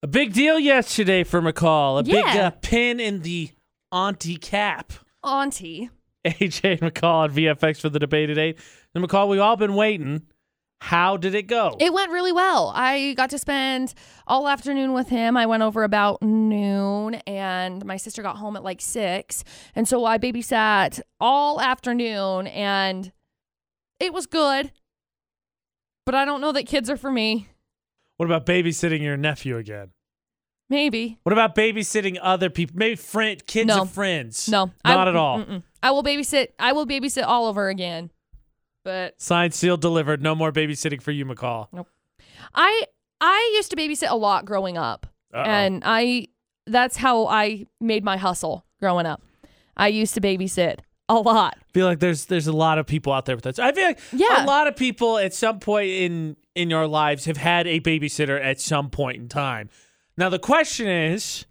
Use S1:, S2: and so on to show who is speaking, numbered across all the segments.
S1: A big deal yesterday for McCall. A big
S2: Yeah.
S1: uh, pin in the auntie cap.
S2: Auntie.
S1: AJ McCall at VFX for the debate at 8. And McCall, we've all been waiting. How did it go?
S2: It went really well. I got to spend all afternoon with him. I went over about noon and my sister got home at like six. And so I babysat all afternoon and it was good. But I don't know that kids are for me.
S1: what about babysitting your nephew again?
S2: Maybe.
S1: What about babysitting other people? Maybe friend, kids
S2: No.
S1: of friends.
S2: No. I-
S1: Not at all.
S2: Mm-mm. I will babysit. I will babysit Oliver again. But
S1: Signed, sealed, delivered. No more babysitting for you, McCall.
S2: I I used to babysit a lot growing up,
S1: Uh-oh.
S2: and I that's how I made my hustle growing up. I used to babysit a lot.
S1: feel like there's there's a lot of people out there with that. I feel like
S2: Yeah.
S1: a lot of people at some point in in your lives have had a babysitter at some point in time. Now the question is,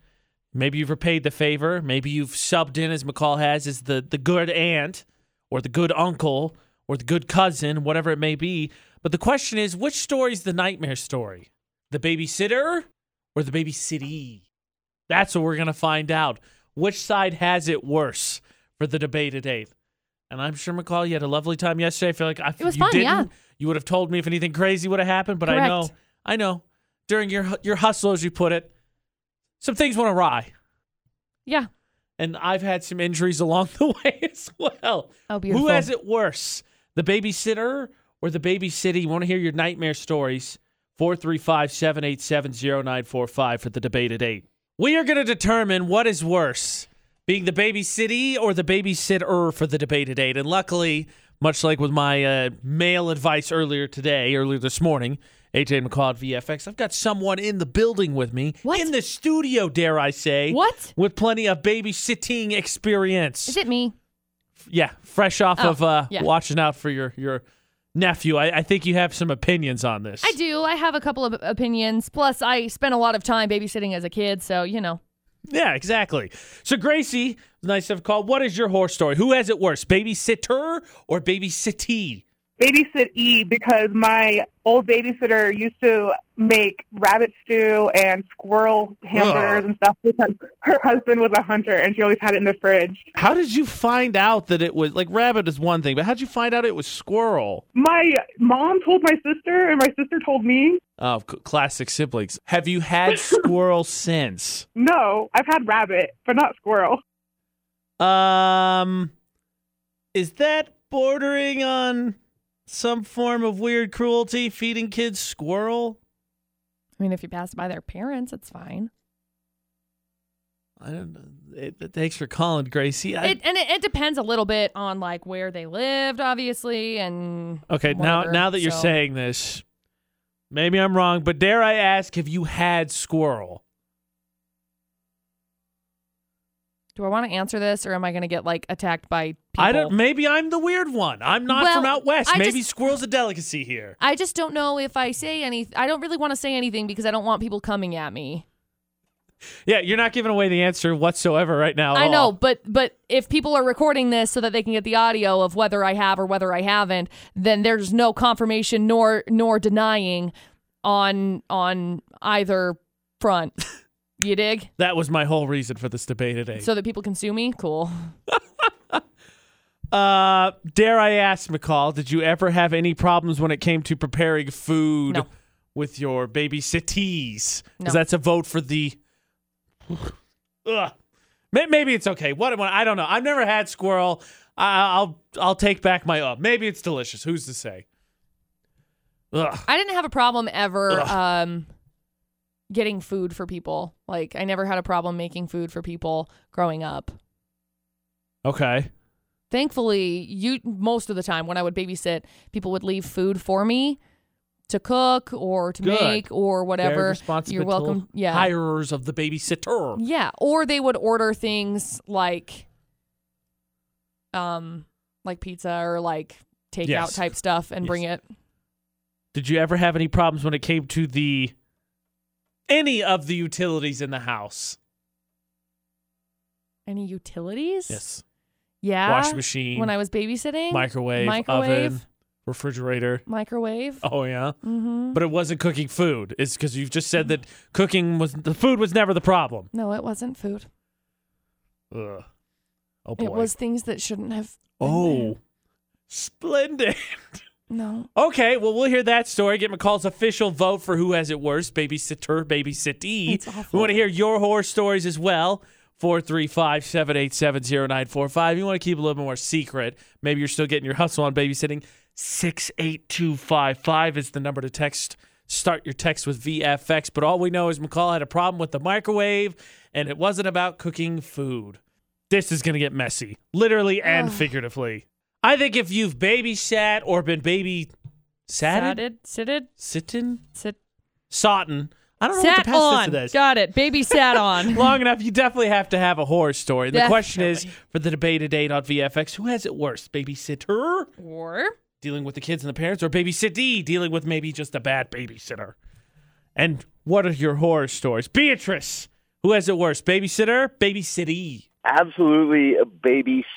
S1: maybe you've repaid the favor, maybe you've subbed in as McCall has as the the good aunt or the good uncle or the good cousin, whatever it may be. But the question is, which story's the nightmare story? The babysitter or the babysitty? That's what we're gonna find out. Which side has it worse for the debate at eight? And I'm sure McCall, you had a lovely time yesterday. I feel like I,
S2: It was
S1: you
S2: fun,
S1: didn't.
S2: yeah.
S1: You would have told me if anything crazy would have happened, but I
S2: Correct.
S1: know, I know. During your hu- your hustle, as you put it, some things went awry,
S2: Yeah.
S1: and I've had some injuries along the way as well.
S2: Oh,
S1: Who has it worse, the babysitter or the babysitting? You want to hear your nightmare stories? 435 787 0945 for the debate at 8. We are going to determine what is worse, being the babysitty or the babysitter for the debate at 8. And luckily, much like with my uh, male advice earlier today, earlier this morning, AJ McCall at VFX, I've got someone in the building with me,
S2: What?
S1: in the studio, dare I say,
S2: What?
S1: with plenty of babysitting experience.
S2: Is it me?
S1: Yeah, fresh off
S2: Oh,
S1: of uh,
S2: yeah.
S1: watching out for your your nephew. I, I think you have some opinions on this.
S2: I do. I have a couple of opinions. Plus, I spent a lot of time babysitting as a kid, so you know.
S1: Yeah, exactly. So Gracie, nice to have called. What is your horror story? Who has it worse, babysitter or babysittee?
S3: babysit E because my old babysitter used to make rabbit stew and squirrel hamburgers and stuff because her husband was a hunter and she always had it in the fridge.
S1: How did you find out that it was like rabbit is one thing, but how did you find out it was squirrel?
S3: My mom told my sister and my sister told me.
S1: Oh, c- classic siblings. Have you had squirrel since?
S3: No, I've had rabbit, but not squirrel.
S1: Um, is that bordering on some form of weird cruelty? Feeding kids squirrel?
S2: I mean, if you pass by their parents, it's fine.
S1: I don't know. It, it- thanks for calling, Gracie. I,
S2: it, and it, it depends a little bit on like where they lived, obviously, and
S1: okay, now
S2: whatever,
S1: now that you're
S2: so-
S1: saying this, maybe I'm wrong, but dare I ask, have you had squirrel?
S2: do I want to answer this, or am I going to get like attacked by? People?
S1: I don't. Maybe I'm the weird one. I'm not
S2: Well,
S1: from out west.
S2: I
S1: maybe
S2: just-
S1: squirrel's a delicacy here.
S2: I just don't know if I say any. I don't really want to say anything because I don't want people coming at me.
S1: Yeah, you're not giving away the answer whatsoever right now. at
S2: I know,
S1: all.
S2: but but if people are recording this so that they can get the audio of whether I have or whether I haven't, then there's no confirmation nor nor denying on on either front. You dig?
S1: That was my whole reason for this debate today.
S2: So that people can sue me? Cool.
S1: uh, dare I ask, McCall, did you ever have any problems when it came to preparing food
S2: No.
S1: with your babysittees?
S2: No.
S1: Because that's a vote for the. Ugh. May- Maybe it's okay. What am I? I don't know. I've never had squirrel. I- I'll I'll take back my up. Maybe it's delicious. Who's to say? Ugh.
S2: I didn't have a problem ever
S1: Ugh.
S2: um getting food for people. Like I never had a problem making food for people growing up.
S1: Okay.
S2: Thankfully, you most of the time when I would babysit, people would leave food for me to cook or to
S1: Good.
S2: make or
S1: Very
S2: whatever.
S1: responsible
S2: You're welcome. Yeah.
S1: Hirers of the babysitter.
S2: Yeah, or they would order things like um like pizza or like takeout
S1: Yes.
S2: type stuff and
S1: Yes.
S2: bring it.
S1: Did you ever have any problems when it came to the any of the utilities in the house?
S2: Any utilities?
S1: Yes.
S2: Yeah.
S1: Wash machine.
S2: When I was babysitting?
S1: microwave,
S2: Microwave.
S1: oven, refrigerator.
S2: Microwave.
S1: Oh yeah. Mm-hmm. But it wasn't cooking food. It's because you've just said that cooking was the food was never the problem.
S2: No, it wasn't food.
S1: Ugh. Oh boy.
S2: It was things that shouldn't have. been there.
S1: Oh, splendid.
S2: No.
S1: Okay, well, we'll hear that story. Get McCall's official vote for who has it worse, babysitter, babysittee.
S2: That's awful.
S1: We want to hear your horror stories as well. 435 787 0945. You want to keep a little bit more secret. Maybe you're still getting your hustle on babysitting. 68255 is the number to text. Start your text with VFX. But all we know is McCall had a problem with the microwave, and it wasn't about cooking food. This is going to get messy, literally and
S2: Ugh.
S1: figuratively. I think if you've babysat or been baby satted,
S2: Satted. Sitted.
S1: sitting,
S2: Sit.
S1: sotten, I don't know what
S2: Sat
S1: the past tense
S2: on.
S1: of this.
S2: Got it. Baby sat on.
S1: Long enough, you definitely have to have a horror story. And the question is
S2: Definitely.
S1: for the debate today on VFX: Who has it worse, babysitter
S2: or
S1: dealing with the kids and the parents, or babysittee dealing with maybe just a bad babysitter? And what are your horror stories, Beatrice? Who has it worse, babysitter, babysittee?
S4: Absolutely a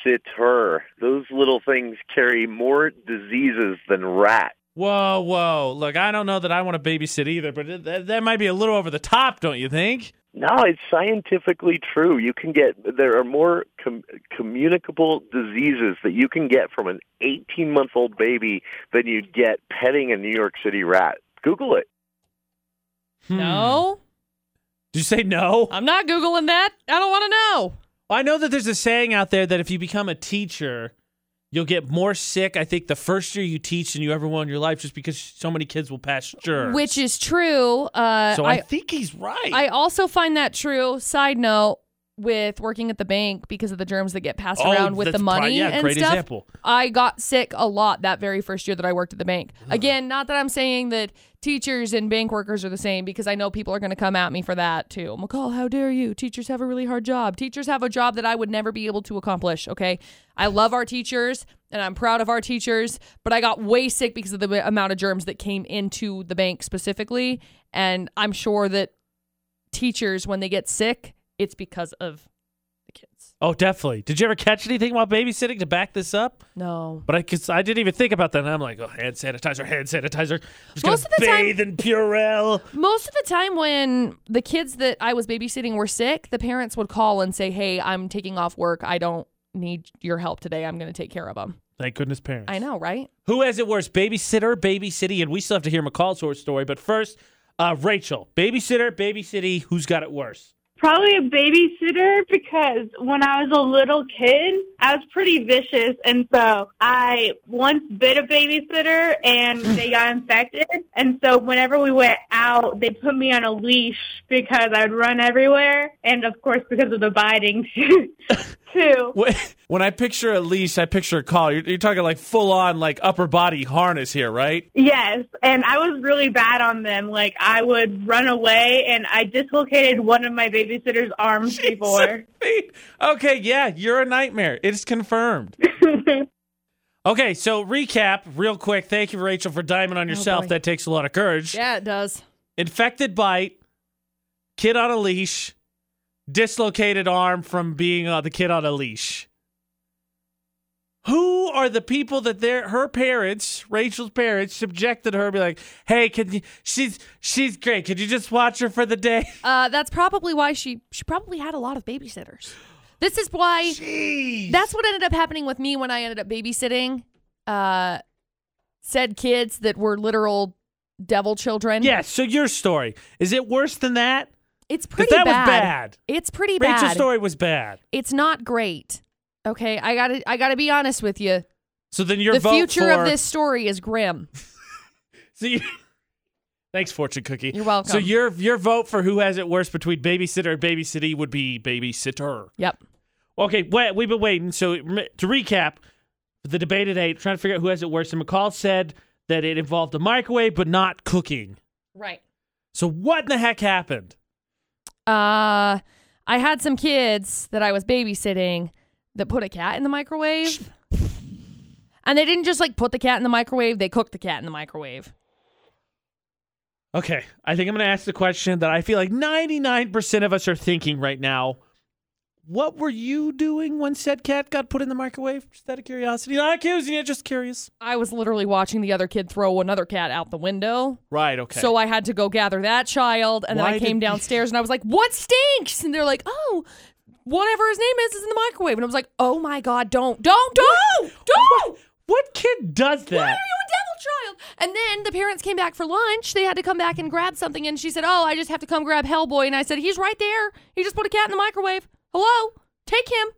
S4: babysitter. Those little things carry more diseases than rats.
S1: Whoa, whoa! Look, I don't know that I want to babysit either, but th- th- that might be a little over the top, don't you think?
S4: No, it's scientifically true. You can get there are more com- communicable diseases that you can get from an 18-month-old baby than you'd get petting a New York City rat. Google it.
S1: Hmm.
S2: no.
S1: Did you say no?
S2: I'm not googling that. I don't want to know.
S1: I know that there's a saying out there that if you become a teacher, you'll get more sick, I think, the first year you teach than you ever will in your life just because so many kids will pass germs.
S2: Which is true. Uh,
S1: so I,
S2: I
S1: think he's right.
S2: I also find that true. Side note with working at the bank because of the germs that get passed
S1: Oh,
S2: around with the
S1: that's
S2: money
S1: probably- yeah,
S2: and
S1: great
S2: stuff.
S1: example.
S2: I got sick a lot that very first year that I worked at the bank. Again, not that I'm saying that teachers and bank workers are the same because I know people are going to come at me for that too. McCall, how dare you? Teachers have a really hard job. Teachers have a job that I would never be able to accomplish, okay? I love our teachers and I'm proud of our teachers, but I got way sick because of the amount of germs that came into the bank specifically, and I'm sure that teachers when they get sick, it's because of the kids.
S1: oh, definitely. Did you ever catch anything while babysitting to back this up?
S2: No.
S1: But I, cause I didn't even think about that. And I'm like, oh, hand sanitizer, hand sanitizer. Just gonna
S2: Most of the time-
S1: bathe in Purell.
S2: Most of the time, when the kids that I was babysitting were sick, the parents would call and say, Hey, I'm taking off work. I don't need your help today. I'm going to take care of them.
S1: Thank goodness, parents.
S2: I know, right?
S1: Who has it worse, babysitter, babysitty? And we still have to hear McCall's horror story. But first, uh, Rachel, babysitter, babysitty. Who's got it worse?
S5: Probably a babysitter because when I was a little kid, I was pretty vicious. And so I once bit a babysitter and they got infected. And so whenever we went out, they put me on a leash because I would run everywhere. And of course, because of the biting, too.
S1: Wh- When I picture a leash, I picture a call. You're, you're talking like full on, like upper body harness here, right?
S5: Yes, and I was really bad on them. Like I would run away, and I dislocated one of my babysitter's arms before.
S1: okay, yeah, you're a nightmare. It's confirmed. okay, so recap real quick. Thank you, Rachel, for diming on yourself.
S2: boy.
S1: that takes a lot of courage.
S2: Yeah, it does.
S1: Infected bite, kid on a leash, dislocated arm from being uh, the kid on a leash. Who are the people that their her parents, Rachel's parents, subjected her? Be like, hey, can you? She's she's great. Could you just watch her for the day?
S2: Uh, that's probably why she she probably had a lot of babysitters. This is why
S1: Jeez.
S2: that's what ended up happening with me when I ended up babysitting. Uh, said kids that were literal devil children.
S1: yeah. So your story is it worse than that?
S2: it's
S1: 'Cause
S2: pretty
S1: that
S2: bad.
S1: was bad.
S2: It's pretty
S1: Rachel's
S2: bad.
S1: story was bad.
S2: It's not great. Okay, I gotta I gotta be honest with you.
S1: So then your
S2: the
S1: vote
S2: future
S1: for
S2: of this story is grim.
S1: So you, thanks, fortune cookie.
S2: You're welcome.
S1: So your your vote for who has it worse between babysitter and babysitty would be babysitter.
S2: Yep.
S1: Okay, wait, we've been waiting. So rem- to recap, the debate today, trying to figure out who has it worse. And McCall said that it involved the microwave, but not cooking.
S2: Right.
S1: So what in the heck happened?
S2: Uh, I had some kids that I was babysitting that put a cat in the microwave, and they didn't just like put the cat in the microwave; they cooked the cat in the microwave.
S1: Okay, I think I'm going to ask the question that I feel like 99% of us are thinking right now. What were you doing when said cat got put in the microwave? Just out of curiosity. Not accusing you, just curious.
S2: I was literally watching the other kid throw another cat out the window.
S1: Right, okay.
S2: So I had to go gather that child, and
S1: Why
S2: then I came
S1: did-
S2: downstairs and I was like, "What stinks?" And they're like, "Oh, whatever his name is is in the microwave." And I was like, "Oh my god, don't, don't, don't, don't!"
S1: what kid does that?
S2: Why are you a devil child? And then the parents came back for lunch. They had to come back and grab something, and she said, "Oh, I just have to come grab Hellboy." And I said, "He's right there. He just put a cat in the microwave. Hello, take him."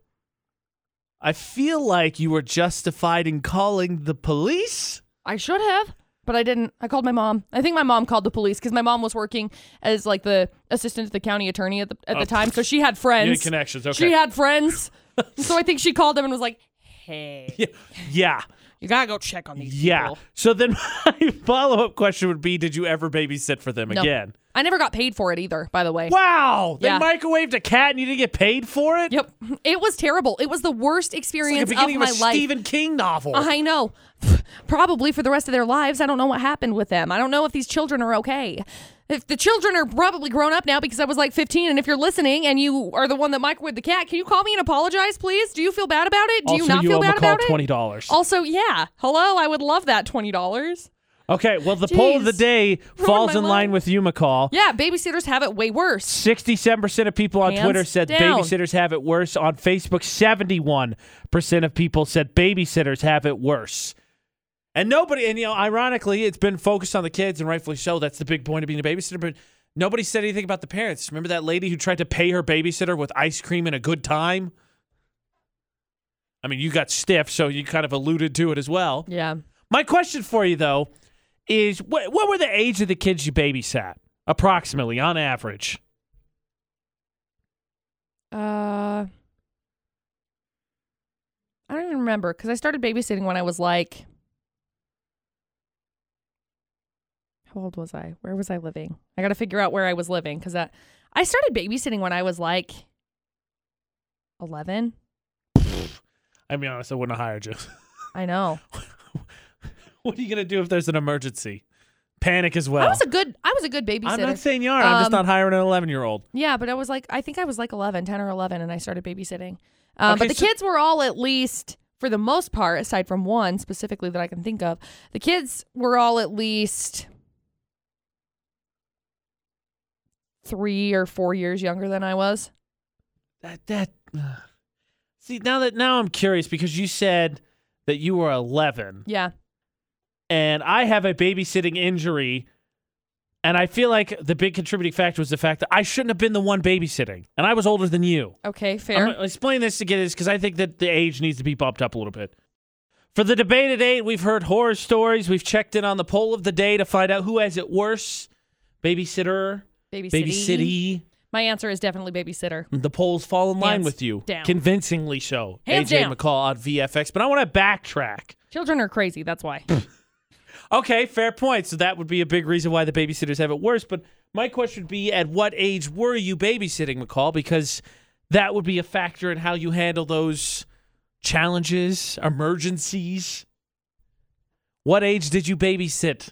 S1: I feel like you were justified in calling the police.
S2: I should have, but I didn't. I called my mom. I think my mom called the police because my mom was working as like the assistant to the county attorney at the at the time, so she had friends.
S1: Oh. connections.
S2: She had friends, so I think she called them and was like, "Hey,
S1: yeah. yeah.
S2: you gotta go check on these
S1: Yeah.
S2: people."
S1: So then my follow up question would be Did you ever babysit for them
S2: No.
S1: again?
S2: I never got paid for it either, by the way.
S1: Wow. They
S2: Yeah.
S1: microwaved a cat and you didn't get paid for it?
S2: Yep, it was terrible. It was the worst
S1: It's like
S2: experience
S1: the
S2: of
S1: beginning
S2: my
S1: of a
S2: life. Uh-huh.
S1: Stephen King novel.
S2: I know. Probably for the rest of their lives. I don't know what happened with them. I don't know if these children are okay. If the children are probably grown up now because I was like 15, and if you're listening and you are the one that microwaved the cat, can you call me and apologize, please? Do you feel bad about it? Do you not feel bad about it? Oh,
S1: dollars.
S2: Also, yeah. Hello, I would love that $20.
S1: Okay, well the poll of the
S2: Jeez.
S1: day falls
S2: my
S1: in line
S2: life.
S1: with you, McCall.
S2: Yeah, babysitters have it way worse.
S1: Sixty-seven percent of people on
S2: Hands
S1: Twitter said
S2: down.
S1: babysitters have it worse. On Facebook, seventy-one percent of people said babysitters have it worse. And nobody, and you know, ironically, it's been focused on the kids, and rightfully so. That's the big point of being a babysitter. But nobody said anything about the parents. Remember that lady who tried to pay her babysitter with ice cream and a good time? I mean, you got stiff, so you kind of alluded to it as well.
S2: Yeah.
S1: My question for you though is what what were the age of the kids you babysat approximately on average?
S2: Uh, I don't even remember because I started babysitting when I was like, how old was I? Where was I living? I got to figure out where I was living because that I started babysitting when I was like eleven.
S1: I mean, honest, I wouldn't have hired you.
S2: I know.
S1: what are you gonna do if there's an emergency? Panic as well.
S2: I was a good. I was a good babysitter.
S1: I'm not saying you are. I'm just
S2: Um,
S1: not hiring an 11 year old.
S2: Yeah, but I was like, I think I was like 11, 10 or 11, and I started babysitting. Um,
S1: Okay,
S2: but the
S1: so-
S2: kids were all at least, for the most part, aside from one specifically that I can think of, the kids were all at least three or four years younger than I was.
S1: That that. ugh. See now that now I'm curious because you said that you were 11
S2: Yeah.
S1: and I have a babysitting injury. And I feel like the big contributing factor was the fact that I shouldn't have been the one babysitting, and I was older than you.
S2: Okay, fair.
S1: I'm uh, gonna explain this to get this because I think that the age needs to be bumped up a little bit. For the debate at eight, we've heard horror stories. We've checked in on the poll of the day to find out who has it worse: babysitter,
S2: Baby
S1: baby
S2: city.
S1: city.
S2: My answer is definitely babysitter.
S1: The polls fall in line
S2: Hands
S1: with you,
S2: down.
S1: convincingly so.
S2: Hands
S1: AJ
S2: down.
S1: McCall on VFX, but I want to backtrack.
S2: Children are crazy. That's why.
S1: Okay, fair point. So that would be a big reason why the babysitters have it worse. But my question would be at what age were you babysitting, McCall? Because that would be a factor in how you handle those challenges, emergencies. What age did you babysit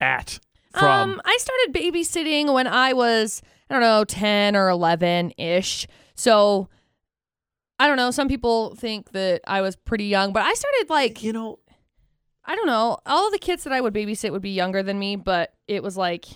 S1: at? From
S2: Um, I started babysitting when I was, I don't know, 10 or 11 ish. So I don't know. Some people think that I was pretty young, but I started like,
S1: you know,
S2: I don't know. All of the kids that I would babysit would be younger than me, but it was like,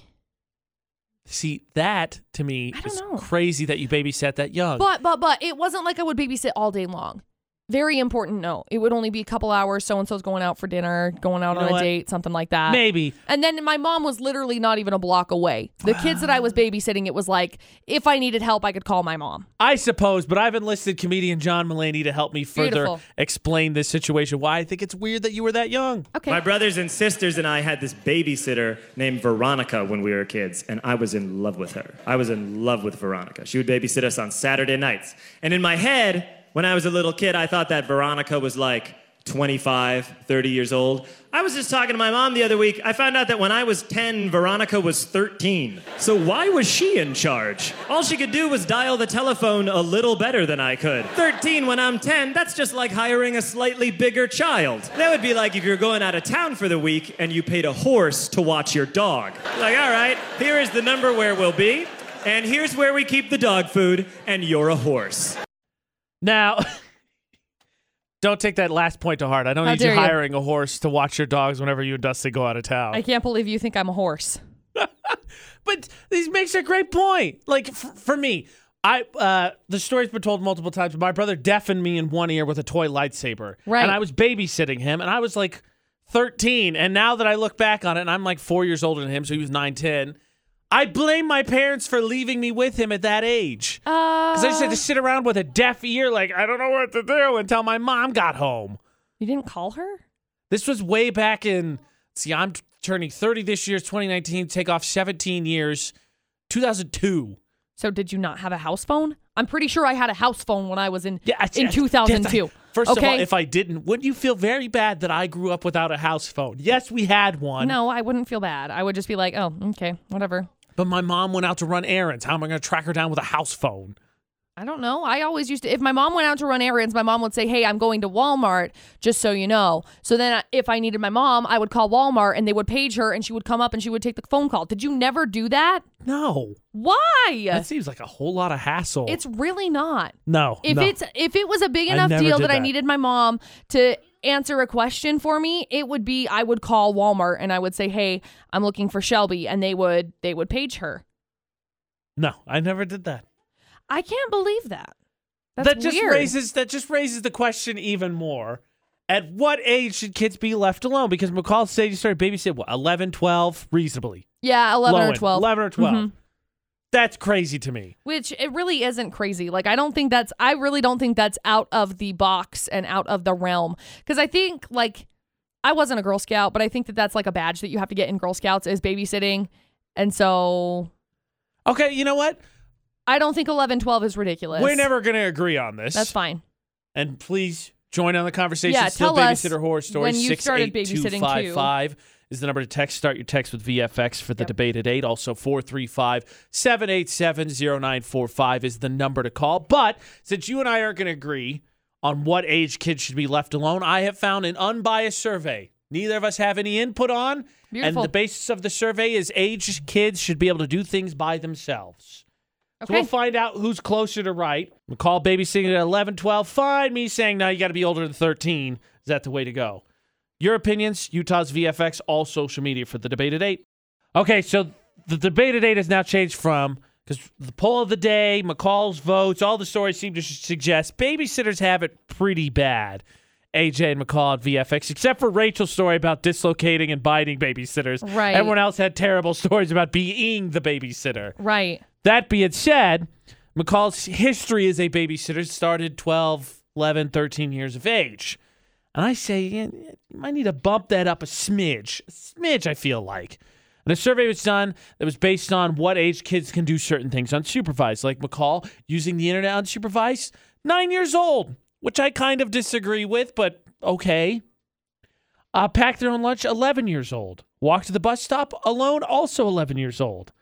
S1: see that to me
S2: I don't
S1: is
S2: know.
S1: crazy that you babysat that young.
S2: but, but, but it wasn't like I would babysit all day long. Very important note. It would only be a couple hours. So and so's going out for dinner, going out
S1: You know
S2: on a
S1: what?
S2: date, something like that.
S1: Maybe
S2: And then my mom was literally not even a block away. The kids that I was babysitting, it was like, if I needed help, I could call my mom.
S1: I suppose, but I've enlisted comedian John Mulaney to help me further
S2: Beautiful.
S1: explain this situation. Why I think it's weird that you were that young.
S2: Okay.
S6: My brothers and sisters and I had this babysitter named Veronica when we were kids, and I was in love with her. I was in love with Veronica. She would babysit us on Saturday nights. And in my head, when I was a little kid, I thought that Veronica was like 25, 30 years old. I was just talking to my mom the other week. I found out that when I was 10, Veronica was 13. So why was she in charge? All she could do was dial the telephone a little better than I could. 13 when I'm 10, that's just like hiring a slightly bigger child. That would be like if you're going out of town for the week and you paid a horse to watch your dog. Like, all right, here is the number where we'll be, and here's where we keep the dog food, and you're a horse.
S1: Now, don't take that last point to heart. I don't
S2: How
S1: need you
S2: dare you.
S1: hiring a horse to watch your dogs whenever you and Dusty go out of town.
S2: I can't believe you think I'm a horse.
S1: but this makes a great point. Like f- for me, I uh, the story's been told multiple times. but My brother deafened me in one ear with a toy lightsaber,
S2: Right.
S1: And I was babysitting him, and I was like 13. And now that I look back on it, and I'm like four years older than him, so he was nine, ten. I blame my parents for leaving me with him at that age.
S2: Uh,
S1: Because I just had to sit around with a deaf ear, like, I don't know what to do until my mom got home.
S2: You didn't call her?
S1: This was way back in. See, I'm t- turning 30 this year, 2019. Take off 17 years, 2002.
S2: So did you not have a house phone? I'm pretty sure I had a house phone when I was in
S1: I-
S2: in
S1: I-
S2: 2002.
S1: yes, I- first
S2: okay?
S1: of all, if I didn't, wouldn't you feel very bad that I grew up without a house phone? Yes, we had one.
S2: no, I wouldn't feel bad. I would just be like, oh, okay, whatever.
S1: But my mom went out to run errands. How am I going to track her down with a house phone?
S2: I don't know. I always used to, if my mom went out to run errands, my mom would say, Hey, I'm going to Walmart, just so you know. So then I- if I needed my mom, I would call Walmart and they would page her and she would come up and she would take the phone call. Did you never do that?
S1: No.
S2: Why?
S1: That seems like a whole lot of hassle.
S2: it's really not.
S1: no.
S2: If
S1: no.
S2: it's if it was a big
S1: I
S2: enough
S1: never
S2: deal
S1: did
S2: that, I
S1: that.
S2: needed my mom to answer a question for me, it would be I would call Walmart and I would say, "Hey, I'm looking for Shelby," and they would they would page her.
S1: no, I never did that.
S2: I can't believe that. That's
S1: that just
S2: weird.
S1: raises that just raises the question even more. At what age should kids be left alone? Because McCall said you started babysitting what 11, 12, reasonably.
S2: yeah, eleven
S1: Low
S2: or
S1: end,
S2: twelve.
S1: 11 or 12.
S2: Mhm.
S1: That's crazy to me.
S2: Which it really isn't crazy. Like I don't think that's I really don't think that's out of the box and out of the realm cuz I think like I wasn't a Girl Scout, but I think that that's like a badge that you have to get in Girl Scouts is babysitting. And so
S1: Okay, you know what?
S2: I don't think 11 12 is ridiculous.
S1: We're never going to agree on this.
S2: That's fine.
S1: And please join on the conversation.
S2: Yeah,
S1: Still
S2: tell us
S1: babysitter horror story.
S2: when you started babysitting, too.
S1: 68255 is the number to text. Start your text with VFX for the debate at 8. Also 435-787-0945 is the number to call. But since you and I aren't going to agree on what age kids should be left alone, I have found an unbiased survey. Neither of us have any input on.
S2: Beautiful.
S1: And the basis of the survey is age kids should be able to do things by themselves. So
S2: Okay.
S1: we'll find out who's closer to right. McCall babysitting at 11, 12. Fine. Me saying, no, you got to be older than 13. Is that the way to go? Your opinions, Utah's VFX, all social media for the debate at 8. Okay, so the debate at 8 has now changed from because the poll of the day, McCall's votes, all the stories seem to s- suggest babysitters have it pretty bad. AJ and McCall at VFX, except for Rachel's story about dislocating and biting babysitters.
S2: Right.
S1: Everyone else had terrible stories about being the babysitter.
S2: right.
S1: That being said, McCall's history as a babysitter started 12, 11, 13 years of age. And I say, yeah, you might need to bump that up a smidge. A smidge, I feel like. And a survey was done that was based on what age kids can do certain things unsupervised, like McCall using the internet unsupervised, nine years old, which I kind of disagree with, but okay. Uh, packed their own lunch, 11 years old. Walked to the bus stop alone, also 11 years old.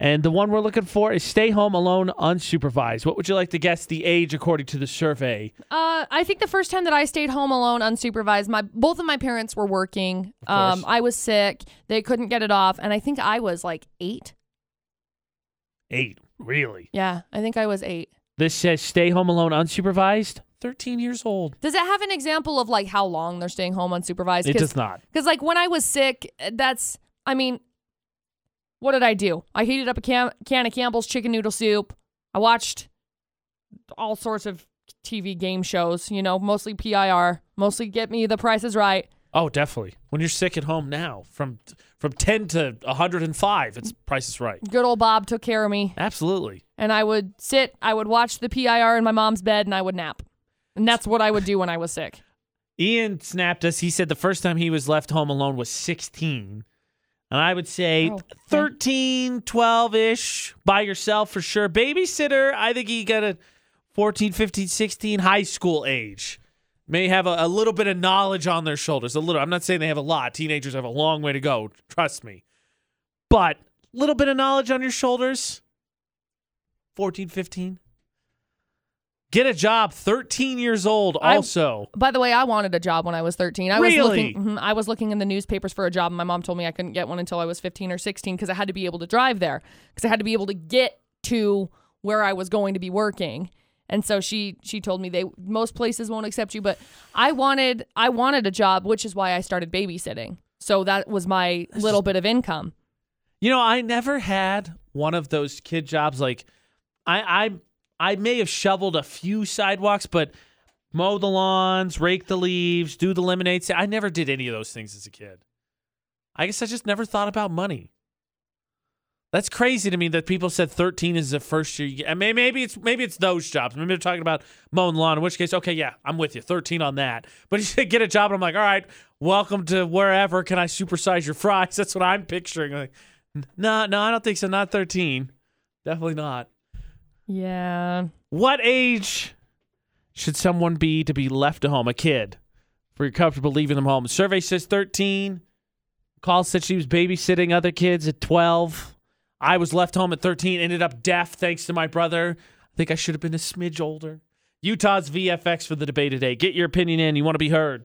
S1: And the one we're looking for is stay home alone unsupervised. What would you like to guess the age according to the survey?
S2: Uh, I think the first time that I stayed home alone, unsupervised, my both of my parents were working.
S1: course.
S2: Um, I was sick; they couldn't get it off, and I think I was like eight.
S1: Eight. Really?
S2: Yeah, I think I was eight.
S1: This says stay home alone unsupervised, 13 years old.
S2: Does it have an example of like how long they're staying home unsupervised?
S1: It does not.
S2: Because like when I was sick, that's I mean, what did I do? I heated up a can, can of Campbell's chicken noodle soup. I watched all sorts of TV game shows. You know, mostly PIR, mostly Get Me the Prices Right.
S1: Oh, definitely. When you're sick at home now, from from 10 to 105, it's Price is Right.
S2: Good old Bob took care of me,
S1: Absolutely.
S2: and I would sit, I would watch the PIR in my mom's bed, and I would nap. And that's what I would do when I was sick.
S1: Ian snapped us. He said the first time he was left home alone was 16. And I would say
S2: Oh, okay.
S1: 13, 12 ish by yourself for sure. Babysitter, I think he got a 14, 15, 16, high school age. May have a, a little bit of knowledge on their shoulders. A little. I'm not saying they have a lot. Teenagers have a long way to go. Trust me. But little bit of knowledge on your shoulders. 14, 15. Get a job 13 years old
S2: I'm-
S1: also.
S2: By the way, I wanted a job when I was 13. I was
S1: Really?
S2: looking mhm, I was looking in the newspapers for a job and my mom told me I couldn't get one until I was 15 or 16 cuz I had to be able to drive there cuz I had to be able to get to where I was going to be working. And so she she told me they most places won't accept you, but I wanted I wanted a job, which is why I started babysitting. So that was my little bit of income.
S1: You know, I never had one of those kid jobs. Like, I I I may have shoveled a few sidewalks, but mow the lawns, rake the leaves, do the lemonade. stand- I never did any of those things as a kid. I guess I just never thought about money. That's crazy to me that people said 13 is the first year. You get. I mean, maybe it's maybe it's those jobs. Maybe they're talking about mowing the lawn. In which case, okay, yeah, I'm with you. 13 on that. But you said get a job, and I'm like, all right, welcome to wherever. Can I supersize your fries? That's what I'm picturing. Like, no, no, I don't think so. Not 13. Definitely not.
S2: Yeah.
S1: What age should someone be to be left at home? A kid. For you're comfortable leaving them home. Survey says 13. Call said she was babysitting other kids at 12. I was left home at 13, ended up deaf thanks to my brother. I think I should have been a smidge older. Utah's VFX for the debate today. Get your opinion in. You want to be heard.